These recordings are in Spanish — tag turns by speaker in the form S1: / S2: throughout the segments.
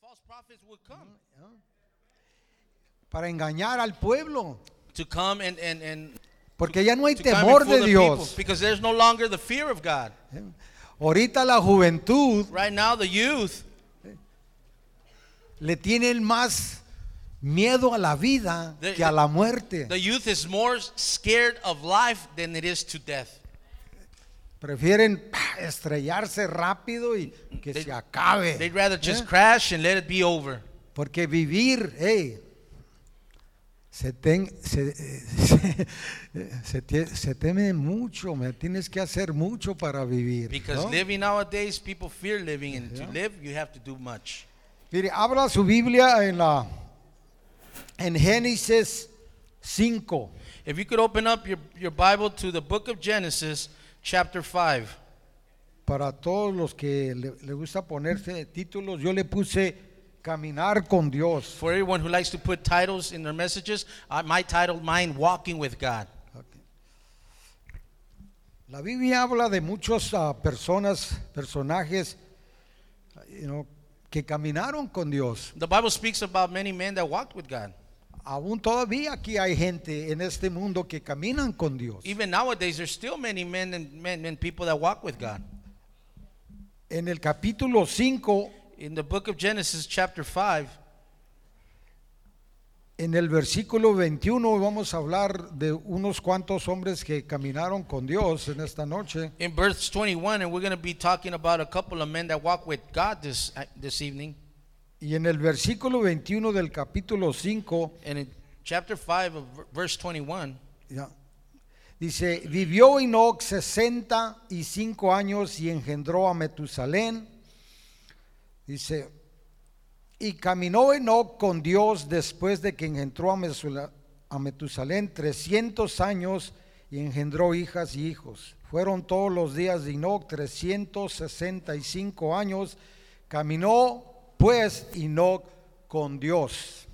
S1: False prophets would come
S2: para engañar al pueblo.
S1: to come and and and
S2: Porque ya no hay
S1: to come
S2: temor
S1: before
S2: de
S1: the people
S2: Dios.
S1: because there's no longer the fear of God.
S2: Ahorita la juventud
S1: Right now, the youth
S2: le tienen más miedo a la vida
S1: The-
S2: que a la muerte.
S1: the youth is more scared of life than it is to death.
S2: Prefieren pa, estrellarse rápido y que
S1: They-
S2: se acabe.
S1: They'd rather just
S2: ¿Eh?
S1: crash and let it be over.
S2: Porque vivir, hey, se, ten- se- se- se te- se teme mucho, me tienes que hacer mucho para vivir.
S1: Because
S2: ¿no?
S1: living nowadays, people fear living, and
S2: Yeah.
S1: to live, you have to do much.
S2: Mire, habla su Biblia en la en Génesis 5.
S1: If you could open up your, your Bible to the book of Genesis, chapter 5.
S2: Para todos los que le, le gusta ponerse títulos, yo le puse Caminar con Dios.
S1: For everyone who likes to put titles in their messages, I, my title, mine, Walking with God.
S2: La Biblia habla de muchas ah, personas, personajes you know, que caminaron con Dios.
S1: The Bible speaks about many men that walked with God.
S2: Aún todavía aquí hay gente en este mundo que caminan con Dios.
S1: Even nowadays, there's still many men and men and people that walk with God.
S2: En el capítulo 5,
S1: In the book of Genesis, chapter 5,
S2: En el versículo 21 vamos a hablar de unos cuantos hombres que caminaron con Dios en esta noche.
S1: in verse 21, and we're going to be talking about a couple of men that walk with God this, this evening.
S2: Y en el versículo 21 del capítulo 5
S1: And in chapter 5 of ver- verse 21,
S2: ya, dice, vivió Enoch 65 años y engendró a Metusalén. Dice, y caminó Enoch con Dios después de que engendró a, Mesula- a Metusalén 300 años y engendró hijas y hijos. Fueron todos los días de Enoch 365 años. Caminó pues Enoch con Dios.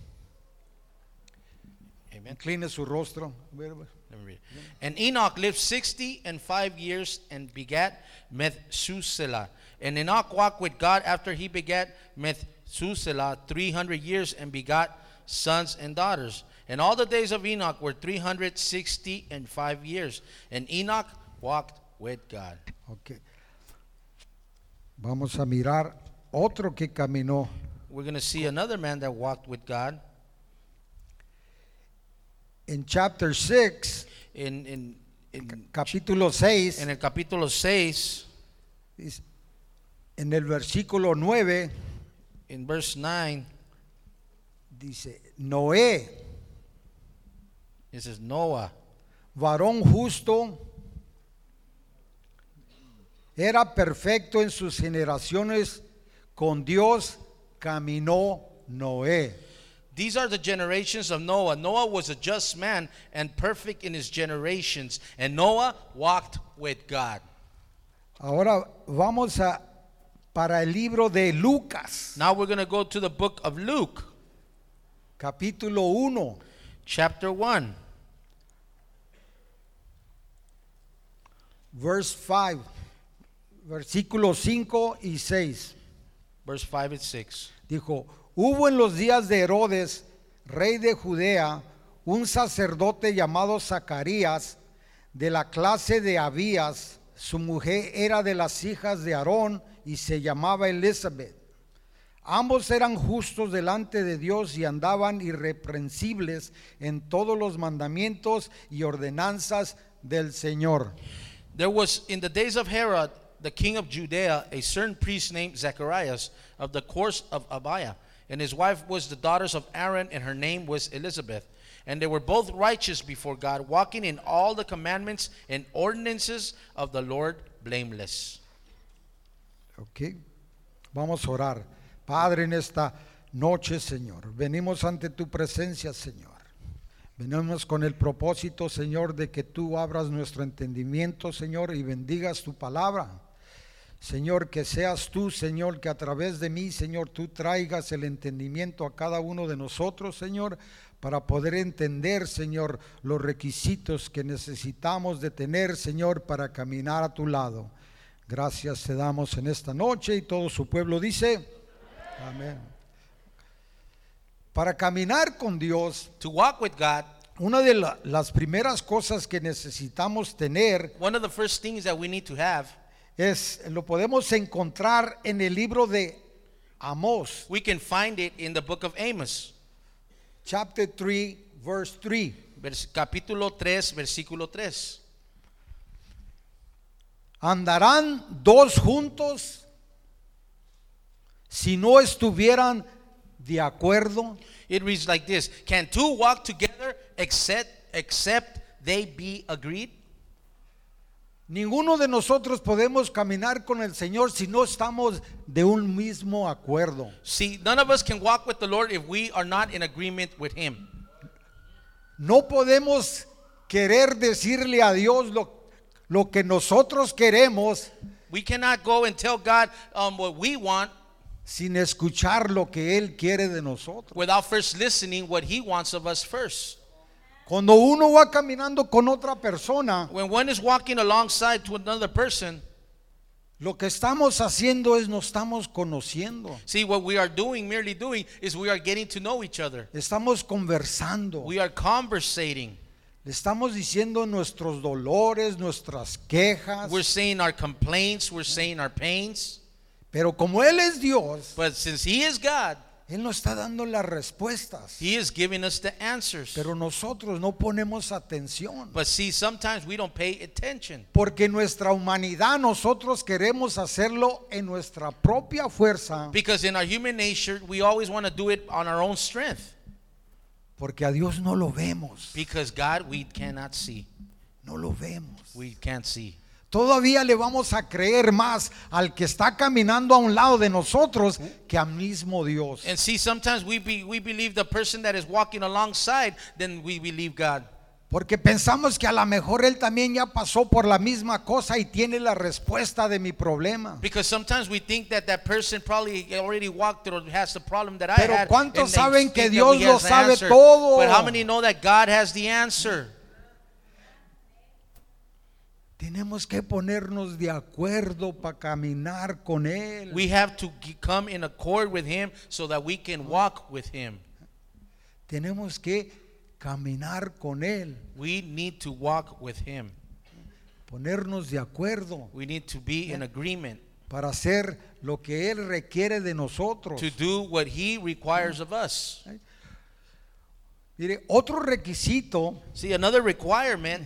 S1: amen.
S2: Incline su rostro.
S1: Let me read. it. And Enoch lived 60 and 5 years and begat Methuselah. And Enoch walked with God after he begat Methuselah 300 years and begot sons and daughters. And all the days of Enoch were 360 and 5 years. And Enoch walked with God.
S2: Ok. Vamos a mirar otro que caminó.
S1: We're going to see another man that walked with God
S2: En chapter 6,
S1: in in in,
S2: capítulo 6,
S1: in el capítulo 6
S2: dice- en el versículo 9,
S1: in verse 9
S2: dice, Noé,
S1: it says Noah
S2: varón justo, era perfecto en sus generaciones, con Dios caminó Noé.
S1: These are the generations of Noah. Noah was a just man and perfect in his generations. And Noah walked with God.
S2: Ahora vamos a para el libro de Lucas,
S1: Now we're going to go to the book of Luke,
S2: capítulo 1.
S1: chapter 1,
S2: verse 5, versículos 5 y 6.
S1: verse 5 and 6.
S2: Dijo, hubo en los días de Herodes, rey de Judea, un sacerdote llamado Zacarías, de la clase de Abías, su mujer era de las hijas de Aarón y se llamaba Elizabeth. Ambos eran justos delante de Dios y andaban irreprensibles en todos los mandamientos y ordenanzas del Señor.
S1: There was in the days of Herod, the king of Judea, a certain priest named Zacharias of the course of Abiah, and his wife was the daughters of Aaron, and her name was Elizabeth. And they were both righteous before God, walking in all the commandments and ordinances of the Lord blameless.
S2: Ok, vamos a orar. Padre, en esta noche, Señor, venimos ante tu presencia, Señor. Venimos con el propósito, Señor, de que tú abras nuestro entendimiento, Señor, y bendigas tu palabra. Señor, que seas tú, Señor, que a través de mí, Señor, tú traigas el entendimiento a cada uno de nosotros, Señor, para poder entender, Señor, los requisitos que necesitamos de tener, Señor, para caminar a tu lado. Gracias te damos en esta noche y todo su pueblo dice, amén. Para caminar con Dios,
S1: To walk with God,
S2: una de la- las primeras cosas que necesitamos tener
S1: one of the first things that we need to have,
S2: es, lo podemos encontrar en el libro de Amós,
S1: we can find it in the book of Amos,
S2: chapter 3, verse 3.
S1: vers- capítulo 3, versículo 3.
S2: ¿Andarán dos juntos si no estuvieran de acuerdo?
S1: It reads like this Can two walk together except, except they be agreed?
S2: Ninguno de nosotros podemos caminar con el Señor si no estamos de un mismo acuerdo.
S1: See, none of us can walk with the Lord if we are not in agreement with Him.
S2: No podemos querer decirle a Dios lo, lo que nosotros queremos
S1: We cannot go and tell God um, what we want
S2: sin escuchar lo que Él quiere de nosotros.
S1: without first listening what He wants of us first.
S2: Cuando uno va caminando con otra persona,
S1: When one is walking alongside to another person,
S2: lo que estamos haciendo es nos estamos conociendo,
S1: see what we are doing, merely doing, is we are getting to know each other.
S2: estamos conversando,
S1: We are conversating.
S2: le estamos diciendo nuestros dolores, nuestras quejas.
S1: We're saying our complaints, we're saying our pains.
S2: Pero como Él es Dios,
S1: But since He is God,
S2: Él nos está dando las respuestas,
S1: He is giving us the answers.
S2: pero nosotros no ponemos atención.
S1: But see, sometimes we don't pay attention
S2: Porque nuestra humanidad nosotros queremos hacerlo en nuestra propia fuerza,
S1: because in our human nature, we always want to do it on our own strength
S2: porque a Dios no lo vemos,
S1: because God we cannot see.
S2: no lo vemos.
S1: We can't see.
S2: Todavía le vamos a creer más al que está caminando a un lado de nosotros que al mismo Dios.
S1: And see, sometimes we be, we believe the person that is walking alongside, then we believe God
S2: Porque pensamos que a lo mejor Él también ya pasó por la misma cosa y tiene la respuesta de mi problema.
S1: because sometimes we think that that person probably already walked or has the problem that I
S2: Pero
S1: had.
S2: ¿cuántos
S1: and they
S2: saben
S1: think
S2: que
S1: that
S2: Dios
S1: he
S2: lo
S1: has the
S2: sabe
S1: answer?
S2: todo?
S1: But how many know that God has the answer?
S2: Tenemos que ponernos de acuerdo para caminar con Él.
S1: We have to g- come in accord with Him so that we can walk with Him.
S2: Tenemos que caminar con Él,
S1: We need to walk with Him.
S2: ponernos de acuerdo
S1: We need to be in agreement
S2: para hacer lo que Él requiere de nosotros.
S1: to do what He requires of us.
S2: Mire, otro requisito
S1: See, another requirement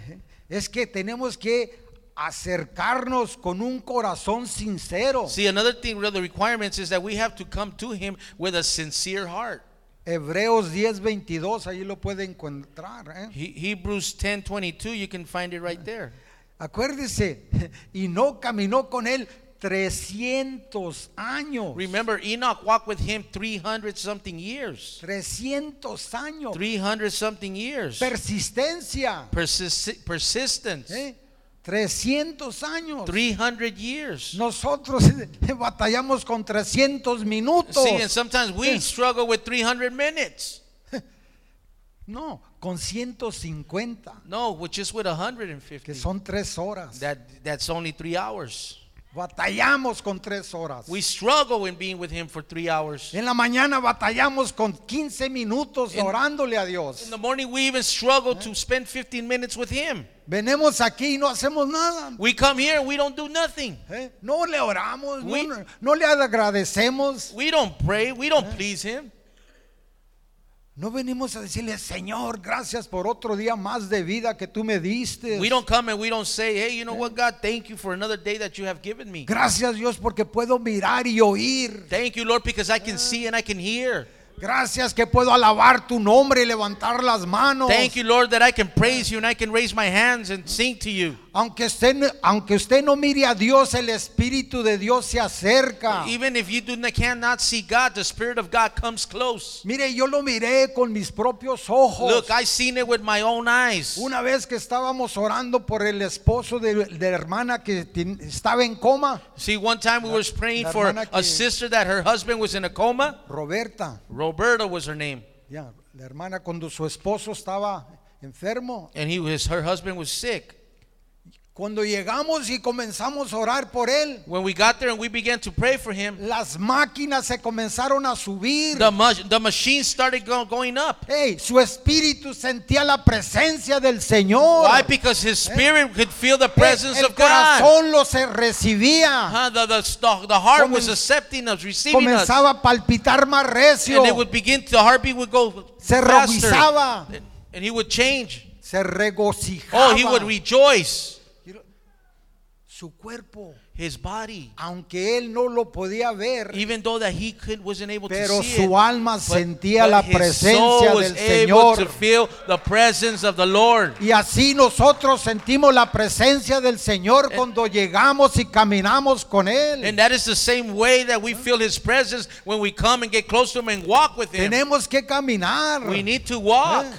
S2: es que tenemos que acercarnos con un corazón sincero.
S1: See, another thing, one of the requirements is that we have to come to Him with a sincere heart.
S2: Hebreos 10:22, ahí lo puede encontrar. ¿eh?
S1: He, Hebrews 10 22, you can find it right there.
S2: Acuérdese, y no caminó con Él 300 años.
S1: Remember, Enoch walked with Him 300 something years.
S2: 300 años.
S1: 300 something years.
S2: Persistencia.
S1: Persis- persistence.
S2: ¿eh? 300 años.
S1: 300 years.
S2: Nosotros batallamos con 300 minutos.
S1: See, and sometimes we
S2: Yeah.
S1: struggle with 300 minutes.
S2: No, con 150,
S1: No, with just with 150.
S2: que son 3 horas.
S1: That, that's only three hours.
S2: Batallamos con 3 horas.
S1: We struggle in being with Him for three hours.
S2: En la mañana batallamos con 15 minutos
S1: En-
S2: orándole a
S1: In
S2: Dios.
S1: the morning, we even struggle to spend 15 minutes with Him.
S2: Venimos aquí y no hacemos nada.
S1: We come here and we don't do nothing.
S2: ¿eh? No le oramos, no-
S1: We-
S2: no, no le agradecemos.
S1: We don't pray. We don't please Him.
S2: No venimos a decirle, Señor, gracias por otro día más de vida que tú me diste.
S1: We don't come and we don't say, hey, you know what, God, thank you for another day that you have given me.
S2: Gracias Dios porque puedo mirar y oír.
S1: Thank you, Lord, because I can see and I can hear.
S2: Gracias que puedo alabar tu nombre y levantar las manos.
S1: Thank you, Lord, that I can praise you and I can raise my hands and sing to you.
S2: Aunque usted, no- aunque usted no mire a Dios, el Espíritu de Dios se acerca.
S1: Even if you do not, cannot see God, the Spirit of God comes close.
S2: Mire, yo lo miré con mis propios ojos.
S1: Look, I seen it with my own eyes.
S2: Una vez que estábamos orando por el esposo de, de la hermana que ten- estaba en coma,
S1: See, one time we
S2: La-
S1: was praying
S2: la
S1: for
S2: hermana
S1: a
S2: que-
S1: sister that her husband was in a coma.
S2: Roberta,
S1: Roberta was her name.
S2: ya, la hermana cuando su esposo estaba enfermo,
S1: And he was, her husband was sick.
S2: Cuando llegamos y comenzamos a orar por él,
S1: When we got there and we began to pray for him,
S2: las máquinas se comenzaron a subir.
S1: the, mach- the machine started go- going up.
S2: Hey, su espíritu sentía la presencia del Señor.
S1: Why? Because his
S2: Eh?
S1: spirit could feel the presence
S2: el
S1: of God.
S2: corazón lo se recibía.
S1: Huh? The, the, the, the heart was
S2: Comenz-
S1: accepting us, receiving us.
S2: Comenzaba a palpitar más recio.
S1: And it would begin, the heartbeat would go
S2: Se
S1: faster.
S2: regocijaba.
S1: And- And he would change.
S2: Se regocijaba.
S1: Oh, he would rejoice.
S2: su cuerpo,
S1: His body,
S2: aunque él no lo podía ver,
S1: even though that he could, wasn't able
S2: pero
S1: to see
S2: su
S1: it,
S2: alma
S1: but-
S2: sentía
S1: but
S2: la
S1: his soul
S2: presencia
S1: was
S2: del
S1: able to
S2: Señor.
S1: feel the presence of the Lord.
S2: Y así nosotros sentimos la presencia del Señor cuando llegamos y caminamos con Él.
S1: And that is the same way that we feel His presence when we come and get close to Him and walk with Him.
S2: Tenemos que caminar.
S1: We need to walk.
S2: Eh,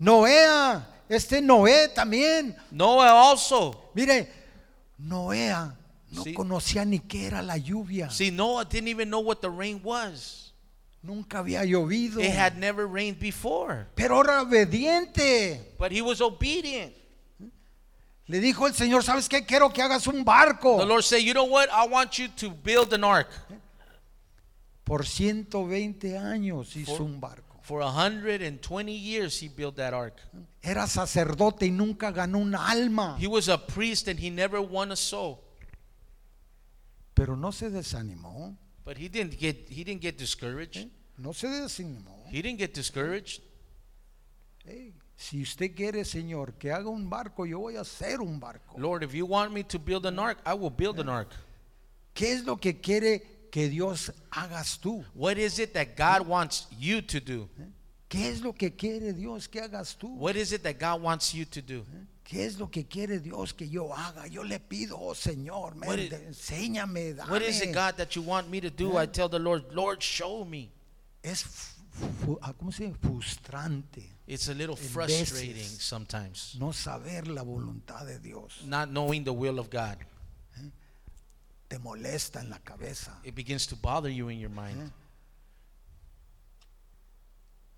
S2: Noé, este Noé también.
S1: Noah also.
S2: Mire, Noé no
S1: Sí.
S2: conocía ni qué era la lluvia.
S1: See, Noah didn't even know what the rain was.
S2: Nunca había llovido.
S1: It had never rained before.
S2: Pero era obediente.
S1: But he was obedient.
S2: Le dijo el Señor, ¿sabes qué? Quiero que hagas un
S1: The
S2: barco
S1: Lord said, You know what? I want you to build an ark.
S2: por 120 años hizo un barco.
S1: For 120 years, he built that ark.
S2: Era sacerdote y nunca ganó un alma.
S1: He was a priest and he never won a soul.
S2: Pero no se desanimó, ¿eh?
S1: But he didn't get, he didn't get discouraged.
S2: no se desanimó.
S1: He didn't get discouraged.
S2: Ey, si usted quiere, Señor, que haga un barco, yo voy a hacer un barco.
S1: Lord, if you want me to build an ark, I will build an ark.
S2: ¿Qué es lo que quiere que Dios hagas tú? ¿Eh?
S1: What is it that God wants you to do?
S2: ¿Qué es lo que quiere Dios que hagas tú?
S1: What is it that God wants you to do?
S2: ¿Qué es lo que quiere Dios que yo haga? Yo le pido, oh, Señor, me-
S1: What is-
S2: enséñame, dame.
S1: What is it, God, that you want me to do? I tell the Lord, Lord, show me.
S2: Es fu- fu- ah, ¿cómo se dice? frustrante
S1: It's a little
S2: En
S1: frustrating
S2: veces.
S1: sometimes,
S2: no saber la voluntad de Dios.
S1: not knowing the will of God.
S2: Te molesta en la cabeza.
S1: It begins to bother you in your mind.
S2: Mm-hmm.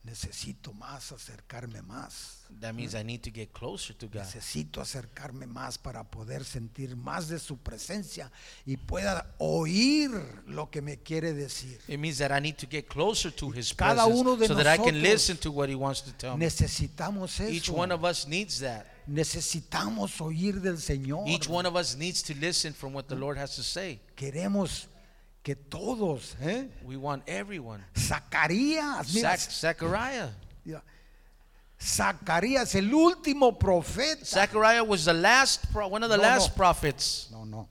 S2: Necesito más, acercarme más.
S1: That means I need to get closer to God.
S2: Necesito acercarme más para poder sentir más de su presencia y pueda oír lo que me quiere decir.
S1: It means that I need to get closer to His
S2: cada
S1: presence
S2: uno de
S1: so that I can
S2: nosotros
S1: listen to what He wants to tell me.
S2: Necesitamos
S1: Each
S2: eso.
S1: one of us needs that.
S2: Necesitamos oír del Señor.
S1: Each one of us needs to listen from what the Lord has to say.
S2: Queremos que todos, ¿eh?
S1: We want everyone.
S2: Zacarías, mira,
S1: Zac- Zechariah.
S2: mira, Zacarías, el último profeta.
S1: Zechariah was the last, pro- one of the
S2: No,
S1: last
S2: no.
S1: prophets.
S2: no, no,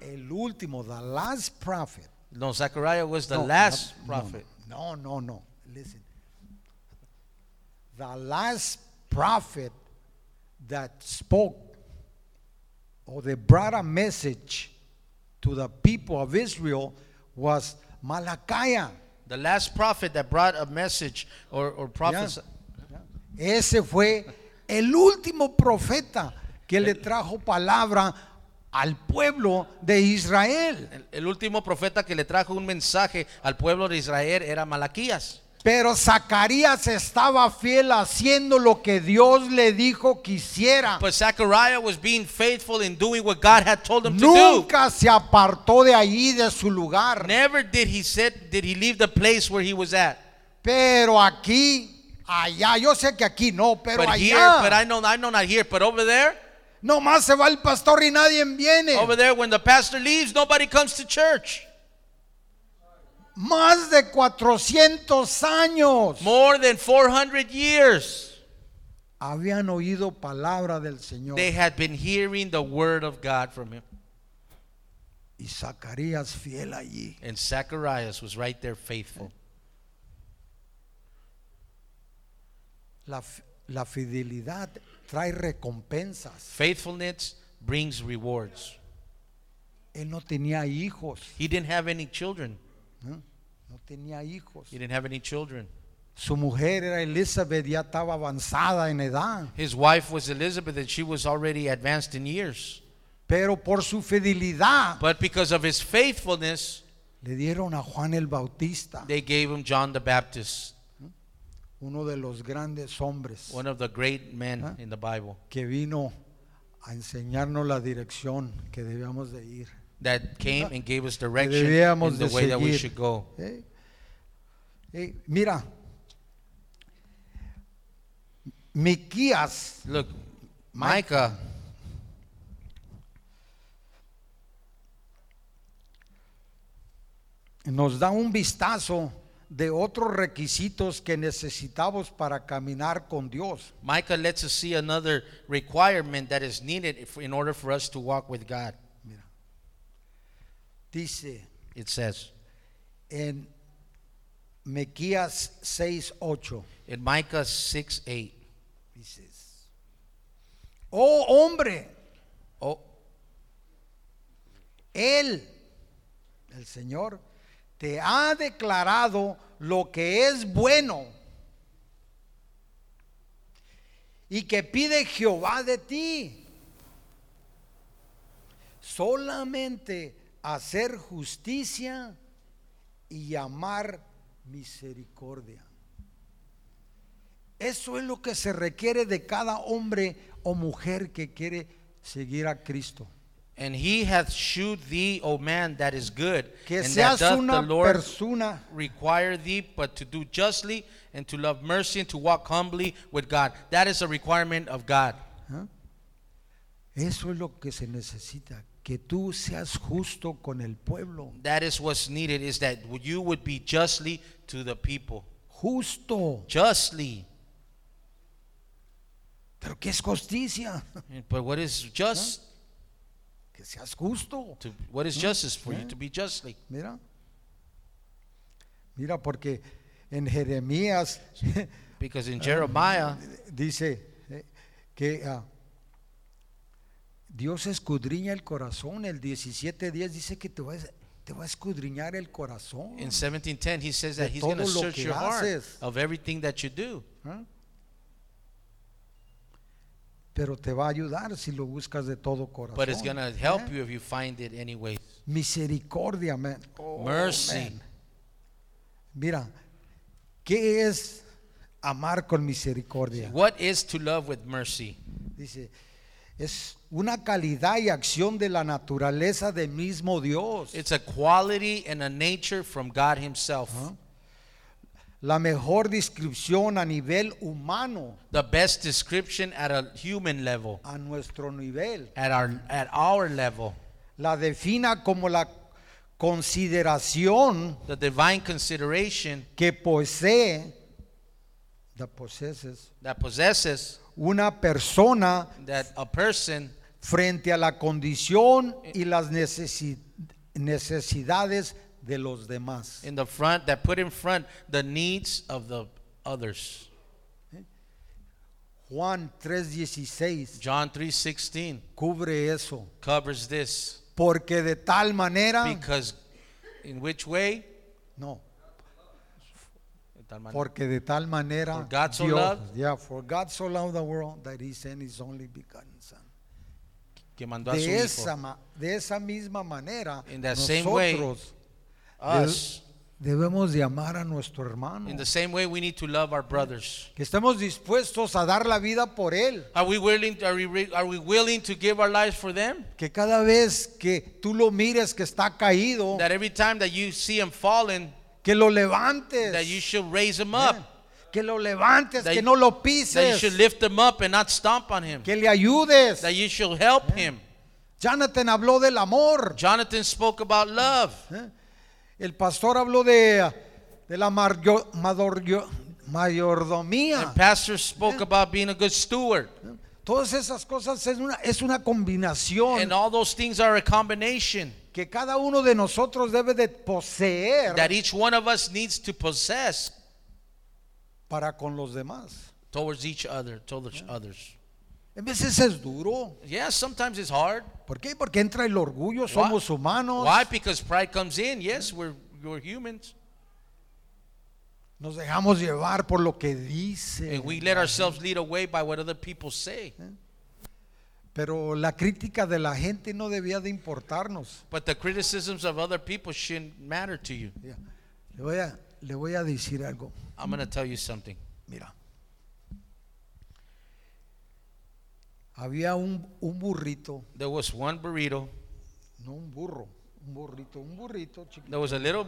S2: el último, the last prophet.
S1: No, Zechariah was the
S2: No,
S1: last
S2: no,
S1: prophet.
S2: No, no, no. Listen. The last prophet that spoke or that brought a message to the people of Israel was Malachi.
S1: The last prophet that brought a message or, or prophets.
S2: Ese fue el último profeta que le trajo palabra al pueblo de Israel.
S1: El, el último profeta que le trajo un mensaje al pueblo de Israel era Malaquías.
S2: Pero Zacarías estaba fiel haciendo lo que Dios le dijo que hiciera.
S1: But Zechariah was being faithful in doing what God had told him to
S2: Nunca se apartó de allí, de su lugar.
S1: do. Never did he said did he leave the place where he was at.
S2: Pero aquí, allá, yo sé que aquí no, pero
S1: but here, but I
S2: allá.
S1: know I know not here, but over there,
S2: Nomás se va el pastor y nadie viene.
S1: over there when the pastor leaves, nobody comes to church.
S2: Más de 400 años
S1: More than 400 years.
S2: habían oído palabra del Señor.
S1: They had been hearing the word of God from him.
S2: Y Zacarías fiel allí.
S1: And Zacharias was right there faithful.
S2: La, f- la fidelidad trae recompensas.
S1: Faithfulness brings rewards.
S2: Él no tenía hijos.
S1: He didn't have any children.
S2: ¿no? No tenía hijos.
S1: He didn't have any children.
S2: Su mujer era Elizabeth, ya estaba avanzada en edad.
S1: His wife was Elizabeth, and she was already advanced in years.
S2: Pero por su fidelidad
S1: But because of his faithfulness,
S2: le dieron a Juan el Bautista,
S1: they gave him John the Baptist,
S2: uno de los grandes hombres
S1: one of the great men in the Bible,
S2: que vino a enseñarnos la dirección que debíamos de ir.
S1: that came and gave us
S2: Que
S1: direction in
S2: debíamos
S1: the
S2: de
S1: way that we
S2: seguir.
S1: should go.
S2: Eh, eh, mira, Miquías
S1: Look, Micah,
S2: nos da un vistazo de otros requisitos que necesitamos para caminar con Dios.
S1: Micah lets us see another requirement that is needed if- in order for us to walk with God.
S2: Mira, dice
S1: It says
S2: en Miquías 6:8
S1: in Micah 6 8,
S2: dices, "Oh hombre,
S1: oh,
S2: Él, el Señor, te ha declarado lo que es bueno y que pide Jehová de ti. Solamente hacer justicia y amar misericordia. Eso es lo que se requiere de cada hombre o mujer que quiere seguir a Cristo.
S1: and he hath shewed thee, O man, that is good,
S2: Que
S1: and that
S2: seas
S1: doth the
S2: una
S1: Lord
S2: persona
S1: require thee, but to do justly and to love mercy and to walk humbly with God. That is a requirement of God.
S2: ¿Ah? Eso es lo que se necesita, que tú seas justo con el pueblo.
S1: That is what's needed is that you would be justly to the people.
S2: Justo.
S1: Justly.
S2: Pero ¿qué es justicia?
S1: But what is just
S2: Que seas justo.
S1: to what is justice for you to be justly?
S2: Mira. Mira, porque en Jeremías
S1: Because in Jeremiah
S2: dice eh, que ah, Dios escudriña el corazón. El 17.10 dice que te va, a, te va a escudriñar el corazón.
S1: in 1710 he says that
S2: De
S1: he's going to
S2: todo lo
S1: search
S2: que
S1: your heart
S2: haces.
S1: of everything that you do.
S2: ¿Ah? Pero te va a ayudar si lo buscas de todo corazón.
S1: But it's going to help
S2: ¿Eh?
S1: you if you find it anyways.
S2: Misericordia, man. Oh,
S1: Mercy.
S2: man. Mira, ¿qué es amar con misericordia?
S1: What is to love with mercy?
S2: Dice, es una calidad y acción de la naturaleza del mismo Dios.
S1: It's a quality and a nature from God himself.
S2: Uh-huh. la mejor descripción a nivel humano,
S1: The best description at a human level,
S2: a nuestro nivel.
S1: at our at our level.
S2: La defina como la consideración
S1: The divine consideration
S2: que posee, the possesses,
S1: that possesses
S2: una persona
S1: that a person
S2: frente a la condición y las necesi- necesidades de los demás.
S1: in the front that put in front the needs of the others.
S2: Juan 3:16
S1: John 3:16
S2: cubre eso,
S1: covers this
S2: porque de tal manera,
S1: because in which way?
S2: no, porque de tal manera
S1: For God so loved-
S2: yeah, for God so loved the world that he sent his only begotten son.
S1: que mandó a su
S2: De esa,
S1: hijo.
S2: ma- de esa misma manera,
S1: In that same way,
S2: nosotros
S1: Us
S2: debemos de amar a nuestro hermano.
S1: in the same way we need to love our brothers.
S2: que estemos dispuestos a dar la vida por él.
S1: Are we willing are we, re- are we willing to give our lives for them?
S2: Que cada vez que tú lo mires que está caído,
S1: That every time that you see him falling
S2: que lo
S1: that you
S2: levantes,
S1: should raise him up.
S2: que lo levantes,
S1: That
S2: que
S1: you-
S2: no lo
S1: That you
S2: pises,
S1: should lift him up and not stomp on him.
S2: que le ayudes.
S1: That you should help him.
S2: Jonathan habló del amor,
S1: Jonathan spoke about love.
S2: ¿eh? el pastor habló de, de la mario- madorio- mayordomía.
S1: And pastor spoke about being a good steward.
S2: Todas esas cosas es una, es una combinación
S1: And all those things are a combination
S2: que cada uno de nosotros debe de poseer
S1: that each one of us needs to possess
S2: para con los demás.
S1: towards each other, towards others.
S2: A veces es duro.
S1: Yeah, sometimes it's hard.
S2: ¿Por qué? Porque entra el orgullo, somos humanos,
S1: Why? Because pride comes in. Yes, we're, we're humans.
S2: nos dejamos llevar por lo que dice.
S1: And Eh, we let ourselves lead away by what other people say.
S2: Pero la crítica de la gente no debía de importarnos.
S1: But the criticisms of other people shouldn't matter to you.
S2: Mira, Le voy a, le voy a decir algo.
S1: I'm going to tell you something.
S2: Mira. Había un, un burrito,
S1: There was one burrito.
S2: no un burro, un burrito, un burrito chiquito.
S1: There was a little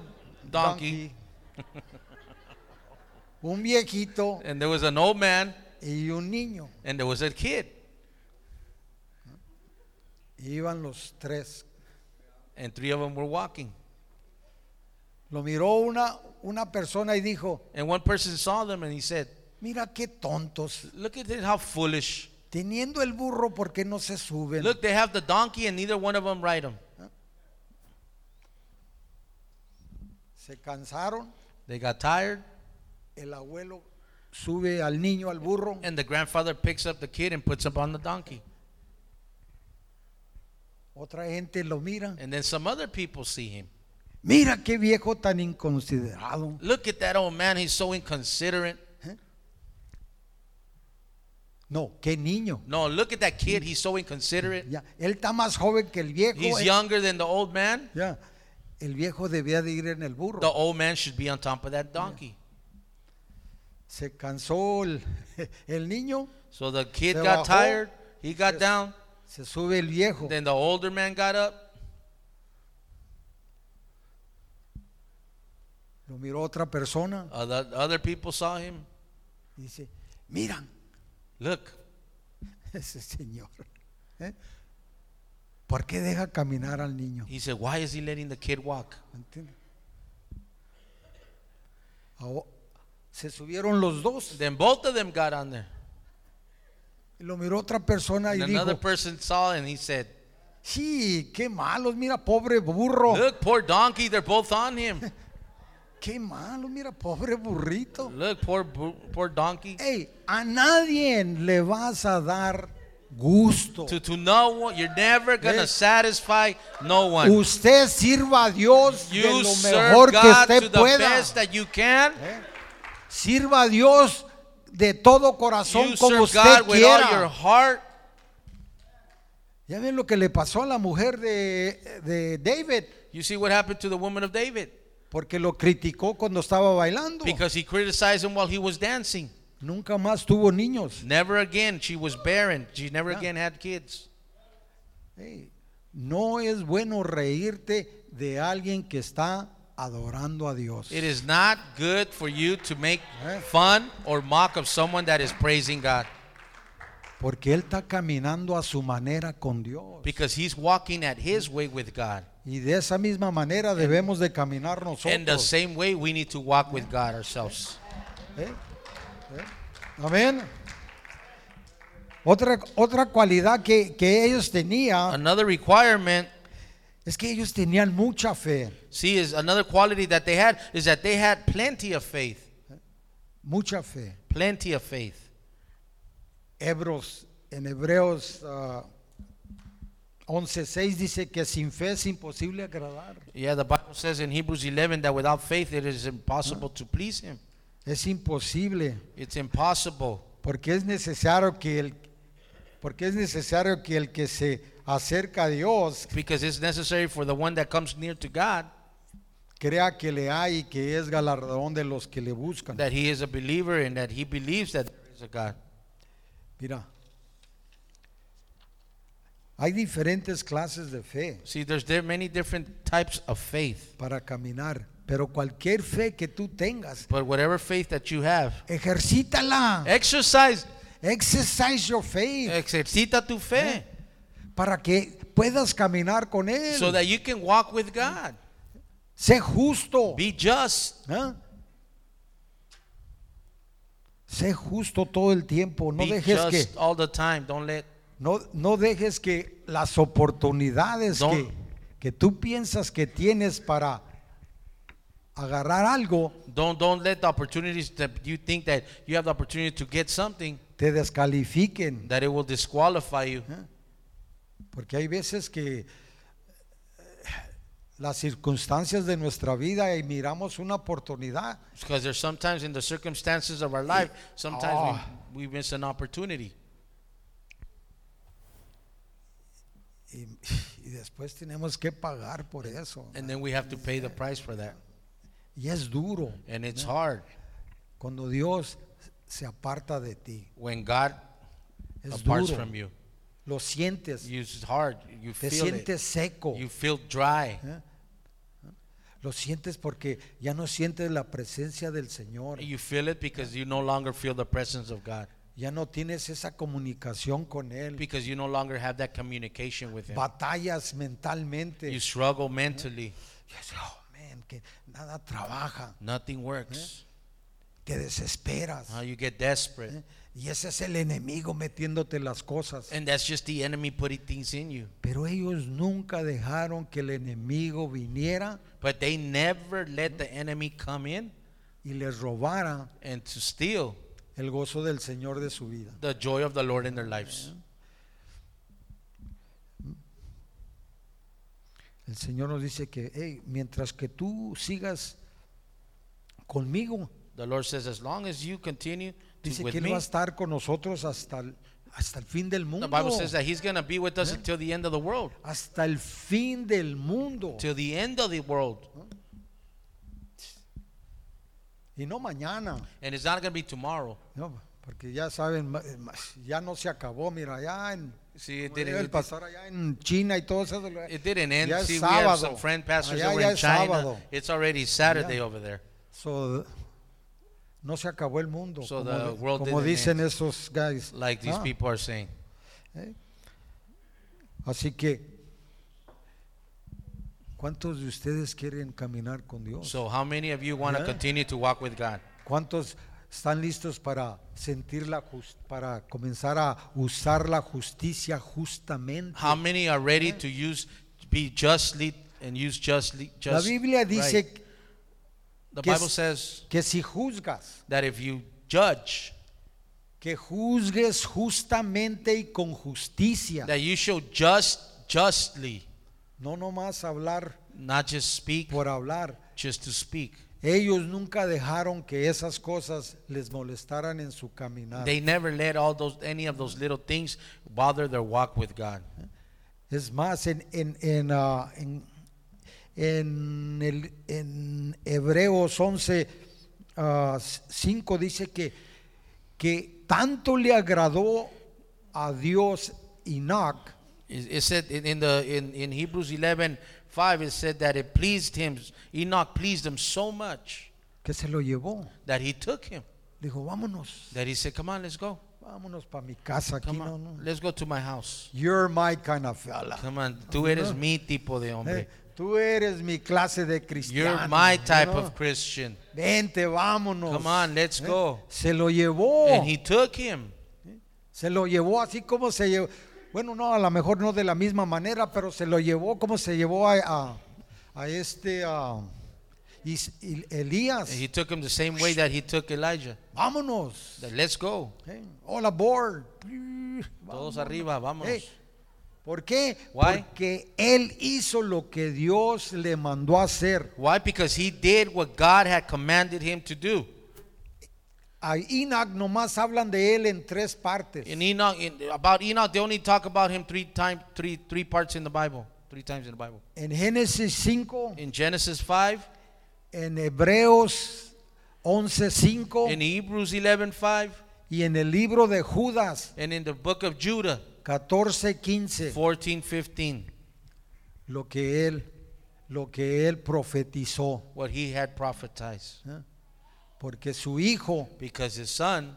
S1: donkey,
S2: donkey, un viejito
S1: and there was an old man,
S2: y un niño.
S1: and there was a kid,
S2: Iban los tres.
S1: and three of them were walking.
S2: Lo miró una, una persona y dijo,
S1: And one person saw them and he said,
S2: mira qué tontos.
S1: Look at it, how foolish.
S2: Teniendo el burro, ¿por qué no se suben?
S1: Look, they have the donkey and neither one of them ride him.
S2: Se cansaron.
S1: They got tired,
S2: El abuelo sube al niño al burro.
S1: and the grandfather picks up the kid and puts him on the donkey.
S2: Otra gente lo mira.
S1: And then some other people see him.
S2: Mira qué viejo tan inconsiderado.
S1: Look at that old man, he's so inconsiderate.
S2: No, qué niño.
S1: No, look at that kid, he's so inconsiderate.
S2: Ya, él está más joven que el viejo.
S1: He's
S2: eh.
S1: younger than the old man.
S2: Ya, el viejo debía de ir en el burro.
S1: The old man should be on top of that donkey.
S2: Se cansó el, el niño,
S1: So the kid
S2: Se
S1: got
S2: bajó.
S1: tired, he got down,
S2: se sube el viejo.
S1: then the older man got up.
S2: Lo miró otra persona.
S1: Uh, the other people saw him.
S2: y Dice, mira
S1: Look,
S2: ese señor. ¿eh? ¿Por qué deja caminar al niño?
S1: he said, why is he letting the kid walk?
S2: ¿Me entiende? Aho- Se subieron los dos.
S1: Then both of them got on there.
S2: y Lo miró otra persona y
S1: And another
S2: dijo,
S1: person saw and he said,
S2: sí, qué malos, mira, pobre burro.
S1: look, poor donkey, they're both on him.
S2: Qué malo, mira, pobre burrito.
S1: Look, poor, bu- poor donkey.
S2: Ey, a nadie le vas a dar gusto.
S1: To, to no one, you're never gonna
S2: Yes.
S1: satisfy no one.
S2: Usted sirva a Dios de
S1: You
S2: lo
S1: serve
S2: mejor que
S1: God to
S2: usted
S1: the
S2: pueda.
S1: best that you can.
S2: ¿Eh? Sirva a Dios de todo corazón
S1: You
S2: como
S1: serve
S2: usted
S1: God with all your
S2: quiera.
S1: heart.
S2: Ya ven lo que le pasó a la mujer de, de David,
S1: You see what happened to the woman of David
S2: porque lo criticó cuando estaba bailando.
S1: because he criticized him while he was dancing.
S2: Nunca más tuvo niños.
S1: Never again. She was barren. She never again had kids.
S2: Ey, no es bueno reírte de alguien que está adorando a Dios.
S1: It is not good for you to make
S2: Eh.
S1: fun or mock of someone that is praising God
S2: Porque él está caminando a su manera con Dios.
S1: because he's walking at his way with God.
S2: Y de esa misma manera debemos de caminar
S1: In the
S2: nosotros.
S1: same way, we need to walk with God ourselves.
S2: ¿Eh? ¿Eh? Amén. Otra, otra cualidad que, que ellos tenían
S1: Another requirement,
S2: es que ellos tenían mucha fe,
S1: see, is another quality that they had is that they had plenty of faith.
S2: mucha fe.
S1: Plenty of faith.
S2: Hebreos, en Hebreos ah, 11.6 dice que sin fe es imposible agradar.
S1: Yeah, the Bible says in Hebrews 11 that without faith it is impossible to please Him.
S2: Es imposible
S1: It's impossible
S2: porque es necesario que el, porque es necesario que, el que se acerca a Dios
S1: because it's necessary for the one that comes near to God
S2: crea que le hay y que es galardón de los que le buscan.
S1: that He is a believer and that He believes that there is a God.
S2: Mira, hay diferentes clases de fe
S1: See, there's there many different types of faith,
S2: para caminar, pero cualquier fe que tú tengas,
S1: but whatever faith that you have,
S2: ejercítala.
S1: exercise,
S2: Exercise your faith
S1: exercita tu fe
S2: para que puedas caminar con él.
S1: so that you can walk with God.
S2: sé justo.
S1: Be just.
S2: ¿ah? Sé justo todo el tiempo. No
S1: Be
S2: dejes
S1: just
S2: que
S1: all the time. Don't let
S2: No, no dejes que las oportunidades
S1: No.
S2: que, que tú piensas que tienes para agarrar algo
S1: don't don't let the opportunities that you think that you have the opportunity to get something
S2: te descalifiquen.
S1: that it will disqualify you.
S2: Porque hay veces que eh, las circunstancias de nuestra vida y miramos una oportunidad.
S1: Because there's sometimes in the circumstances of our life, sometimes
S2: Ah.
S1: we, we miss an opportunity.
S2: Y, y después tenemos que pagar por eso.
S1: And then we have to pay the price for that.
S2: Y es duro
S1: And it's hard
S2: cuando Dios se aparta de ti.
S1: when God
S2: Es
S1: aparts
S2: duro.
S1: from you.
S2: lo sientes,
S1: You- It's hard. You
S2: te
S1: feel it.
S2: sientes seco, ¿eh?
S1: You feel dry.
S2: lo sientes porque ya no sientes la presencia del Señor,
S1: You feel it because you no longer feel the presence of God.
S2: ya no tienes esa comunicación con Él,
S1: Because you no longer have that communication with Him.
S2: batallas mentalmente,
S1: You struggle mentally.
S2: Y así, "Oh, man, que nada trabaja,
S1: Nothing works.
S2: te desesperas,
S1: Now you get desperate.
S2: y ese es el enemigo metiéndote las cosas.
S1: And that's just the enemy putting things in you.
S2: Pero ellos nunca dejaron que el enemigo viniera
S1: But they never let the enemy come in
S2: y les robara
S1: and to steal
S2: el gozo del Señor de su vida.
S1: the joy of the Lord in their lives.
S2: El Señor nos dice que "Hey, mientras que tú sigas conmigo,
S1: The Lord says, as long as you continue to-
S2: dice
S1: with
S2: que Él va
S1: pues me,
S2: a estar con nosotros hasta el, hasta el fin del
S1: the
S2: mundo.
S1: Bible says that He's going to be with us until the end of the world.
S2: Hasta el fin del mundo.
S1: Till the end of the world.
S2: Y no mañana.
S1: And it's not going to be tomorrow.
S2: No, porque ya saben, ma- eh, ma- ya no se acabó. Mira, ya en,
S1: See, it
S2: como dijo
S1: didn't,
S2: el
S1: it,
S2: pastor allá en China y todo eso.
S1: it didn't end.
S2: Ya es
S1: See, we have some
S2: sábado.
S1: friend pastors
S2: Allá
S1: that were
S2: ya
S1: in
S2: es
S1: China.
S2: sábado.
S1: It's already Saturday over there.
S2: So, no se acabó el mundo,
S1: So
S2: como,
S1: the world
S2: como
S1: didn't end.
S2: dicen esos guys.
S1: Like these
S2: Ah,
S1: people are saying.
S2: Así que, ¿cuántos de ustedes quieren caminar con Dios?
S1: So how many of you want to
S2: Yeah.
S1: continue to walk with God?
S2: ¿Cuántos están listos para sentir la jus- para comenzar a usar la justicia justamente?
S1: How many are ready to use, be justly and use justly?
S2: La
S1: Just
S2: Biblia dice
S1: right? the
S2: que
S1: Bible
S2: es-
S1: says
S2: que si juzgas,
S1: that if you judge,
S2: que juzgues justamente y con justicia,
S1: that you should just justly,
S2: no nomás hablar
S1: not just speak,
S2: por hablar.
S1: just to speak.
S2: Ellos nunca dejaron que esas cosas les molestaran en su caminar.
S1: They never let all those any of those little things bother their walk with God.
S2: es más, en, en, en, ah, en- en el- en Hebreos 11, ah, 5 dice que, que tanto le agradó a Dios Enoch
S1: It, it said in, in the in, in Hebrews 11, 5, it said that it pleased him. Enoch pleased him so much
S2: que se lo llevó.
S1: that he took him.
S2: Dijo, vámonos,
S1: That he said, "Come on, let's go.
S2: vámonos para mi casa aquí.
S1: Come
S2: no,
S1: on,
S2: no.
S1: let's go to my house.
S2: You're my kind of fella.
S1: Come on, tú eres mi tipo de hombre.
S2: Eh, Tú eres mi clase de cristiano.
S1: You're my type
S2: ¿no?
S1: of Christian."
S2: Vente, vámonos.
S1: Come on, let's
S2: ¿Eh?
S1: go.
S2: Se lo llevó.
S1: And he took him.
S2: Se lo llevó así como se llevó. Bueno, no, a lo mejor no de la misma manera, pero se lo llevó como se llevó a, a, a este a Is- Il- Elías.
S1: And he took him the same way that he took Elijah.
S2: Vámonos.
S1: That let's go.
S2: ¿Eh? All aboard.
S1: Todos arriba,
S2: ¿Eh?
S1: vámonos.
S2: ¿Por qué?
S1: Why?
S2: Porque él hizo lo que Dios le mandó a hacer.
S1: Why? Because he did what God had commanded him to do.
S2: A Enoch nomás hablan de él en tres partes.
S1: In Enoch, in, about Enoch, they only talk about him three time, three three parts in the Bible, three times in the Bible.
S2: En Génesis 5,
S1: In Genesis five,
S2: en Hebreos 11:5
S1: in Hebrews 11, 5,
S2: y en el libro de Judas
S1: and in the book of Judah
S2: 14:15
S1: 14, 15,
S2: lo que él lo que él profetizó,
S1: what he had prophetized,
S2: ¿eh? porque su hijo
S1: because his son,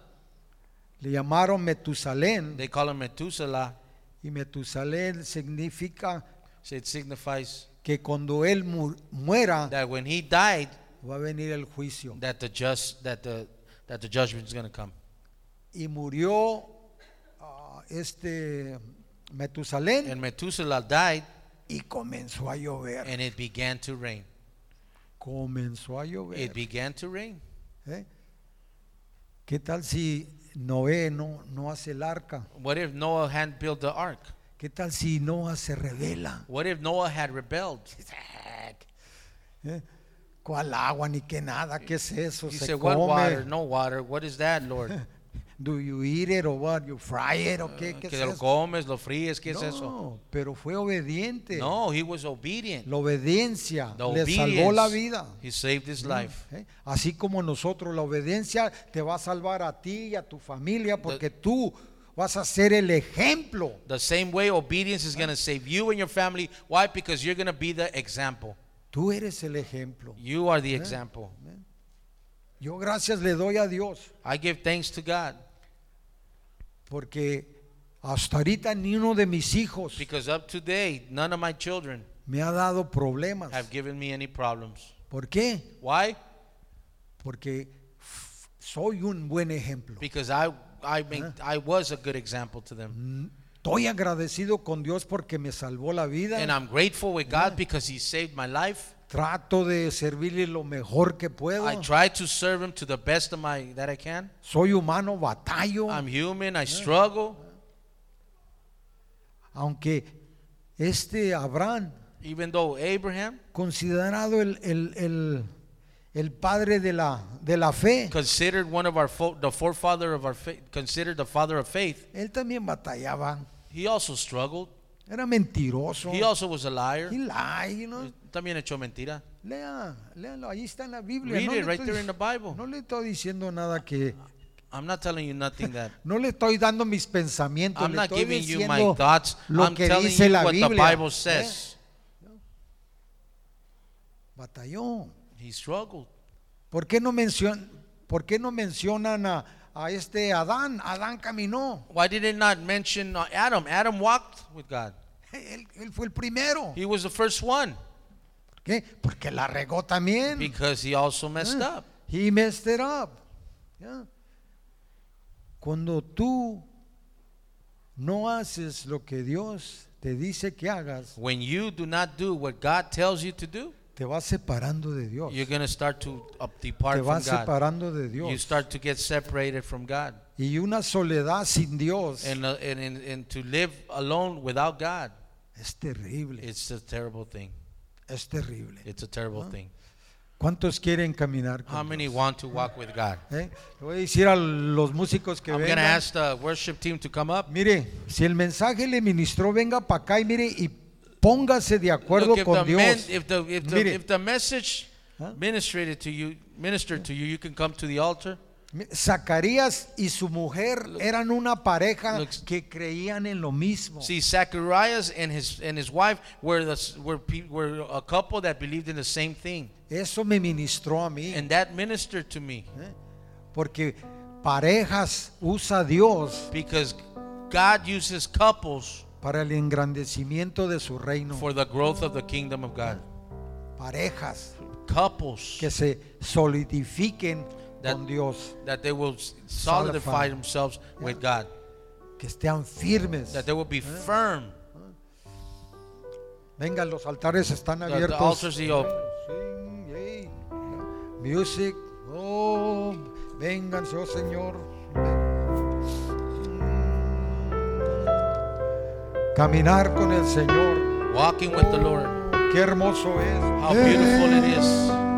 S2: le llamaron Metusalén
S1: they call him Methuselah,
S2: y Metusalén significa
S1: so it signifies
S2: que cuando él mu- muera
S1: that when he died,
S2: va a venir el juicio
S1: that the just that the that the judgment is going to come.
S2: y murió ah, este Metusalén
S1: And Methuselah died,
S2: y comenzó a llover,
S1: and it began to rain.
S2: comenzó a llover.
S1: It began to rain.
S2: ¿Eh? ¿Qué tal si Noé no, no hace el arca?
S1: What if Noah hadn't built the ark?
S2: ¿Qué tal si Noah se revela?
S1: What if Noah had rebelled?
S2: ¿Eh? ¿Cuál agua ni qué nada? ¿Qué es eso?
S1: He
S2: Se
S1: said, "What water?
S2: come. eh.
S1: No water. What is that, Lord?
S2: Do you eat it or what? You fry it or qué? ¿Qué
S1: Ah, que
S2: es
S1: lo
S2: eso?
S1: comes, lo fríes, ¿qué es eso?"
S2: No, pero fue obediente.
S1: No, he was obedient.
S2: La obediencia
S1: The
S2: le salvó la
S1: obedience,
S2: vida.
S1: He saved his life.
S2: ¿Eh? Así como nosotros, la obediencia te va a salvar a ti y a tu familia porque tú Vas a ser el ejemplo.
S1: The same way, obedience is going to save you and your family. Why? Because you're going to be the example.
S2: Tú eres el ejemplo.
S1: You are the example.
S2: Yo gracias le doy a Dios
S1: I give thanks to God
S2: porque hasta ahorita ni uno de mis hijos
S1: because up to date, none of my children
S2: me ha dado problemas.
S1: have given me any problems.
S2: ¿Por qué?
S1: Why?
S2: Porque f- soy un buen ejemplo.
S1: Because I, I, make, I was a good example to them.
S2: Mm, Estoy agradecido con Dios porque me salvó la
S1: And
S2: vida.
S1: I'm grateful with God because He saved my life.
S2: Trato de servirle lo mejor que puedo.
S1: I try to serve Him to the best of my that I can.
S2: Soy humano, batallo,
S1: I'm human. I struggle.
S2: aunque este Abraham,
S1: Even though Abraham,
S2: considerado el, el- el- el padre de la, de la fe,
S1: considered one of our fo- the forefather of our faith, considered the father of faith,
S2: él también batallaba.
S1: he also struggled.
S2: Era mentiroso.
S1: He also was a liar.
S2: He lied, ¿no?
S1: También echó mentira.
S2: Lea, léalo, ahí está en la Biblia.
S1: Read
S2: no, le
S1: it right
S2: estoy
S1: there
S2: dic-
S1: in the Bible.
S2: no le estoy diciendo nada que...
S1: I'm not telling you nothing that.
S2: No le estoy dando mis pensamientos,
S1: I'm
S2: le
S1: not
S2: estoy
S1: giving you my
S2: diciendo
S1: thoughts.
S2: lo
S1: I'm
S2: que
S1: telling
S2: dice
S1: you
S2: la
S1: what the
S2: Biblia,
S1: Bible
S2: ¿eh?
S1: says.
S2: Batalló.
S1: He struggled.
S2: ¿Por qué no mencionan, por qué no mencionan a, a este Adán? Adán caminó.
S1: Why did it not mention uh, Adam? Adam walked with God.
S2: Él, él fue el primero.
S1: He was the first one
S2: ¿Por qué? Porque la regó también.
S1: because he also messed
S2: ¿Eh?
S1: up.
S2: He messed it up. Yeah. Cuando tú no haces lo que Dios te dice que hagas,
S1: When you do not do what God tells you to do,
S2: te vas separando de Dios.
S1: you're going to start to up-
S2: Te
S1: depart from
S2: vas
S1: God.
S2: separando de
S1: You
S2: Dios.
S1: start to get separated from God
S2: Y una soledad sin Dios
S1: and, uh, and, and, and to live alone without God.
S2: es terrible.
S1: It's a terrible thing.
S2: Es terrible.
S1: It's a terrible thing.
S2: ¿Cuántos quieren caminar
S1: How
S2: con
S1: many want to walk with God?
S2: ¿Eh? Le voy a decir a los músicos que
S1: I'm going to
S2: vengan.
S1: ask the worship team to come up.
S2: Mire, si el mensaje le ministró, venga para acá y mire y póngase de acuerdo
S1: Look, if
S2: con
S1: the
S2: Dios.
S1: men- if the if the,
S2: Mire. Ah.
S1: if the message
S2: Huh?
S1: ministered to you, ministered to you, you can come to the altar.
S2: Mi- Zacarías y su mujer eran una pareja
S1: Looks-
S2: que creían en lo mismo.
S1: See, Zacharias and his and his wife were the s- were pe- were a couple that believed in the same thing,
S2: Eso me ministró a mí,
S1: and that ministered to me
S2: porque parejas usa Dios
S1: because God uses couples
S2: para el engrandecimiento de su reino.
S1: for the growth of the kingdom of God.
S2: Parejas
S1: Couples
S2: que se solidifiquen
S1: That-
S2: con Dios,
S1: that they will s-
S2: Solidify.
S1: solidify themselves with God,
S2: que estén firmes.
S1: that they will be firm.
S2: Venga, los altares están
S1: The, the
S2: abiertos.
S1: altars are open.
S2: Sing, yay. Music, oh, vénganse, oh Señor. Caminar con el Señor,
S1: Walking with the Lord.
S2: qué hermoso es.
S1: How beautiful it is.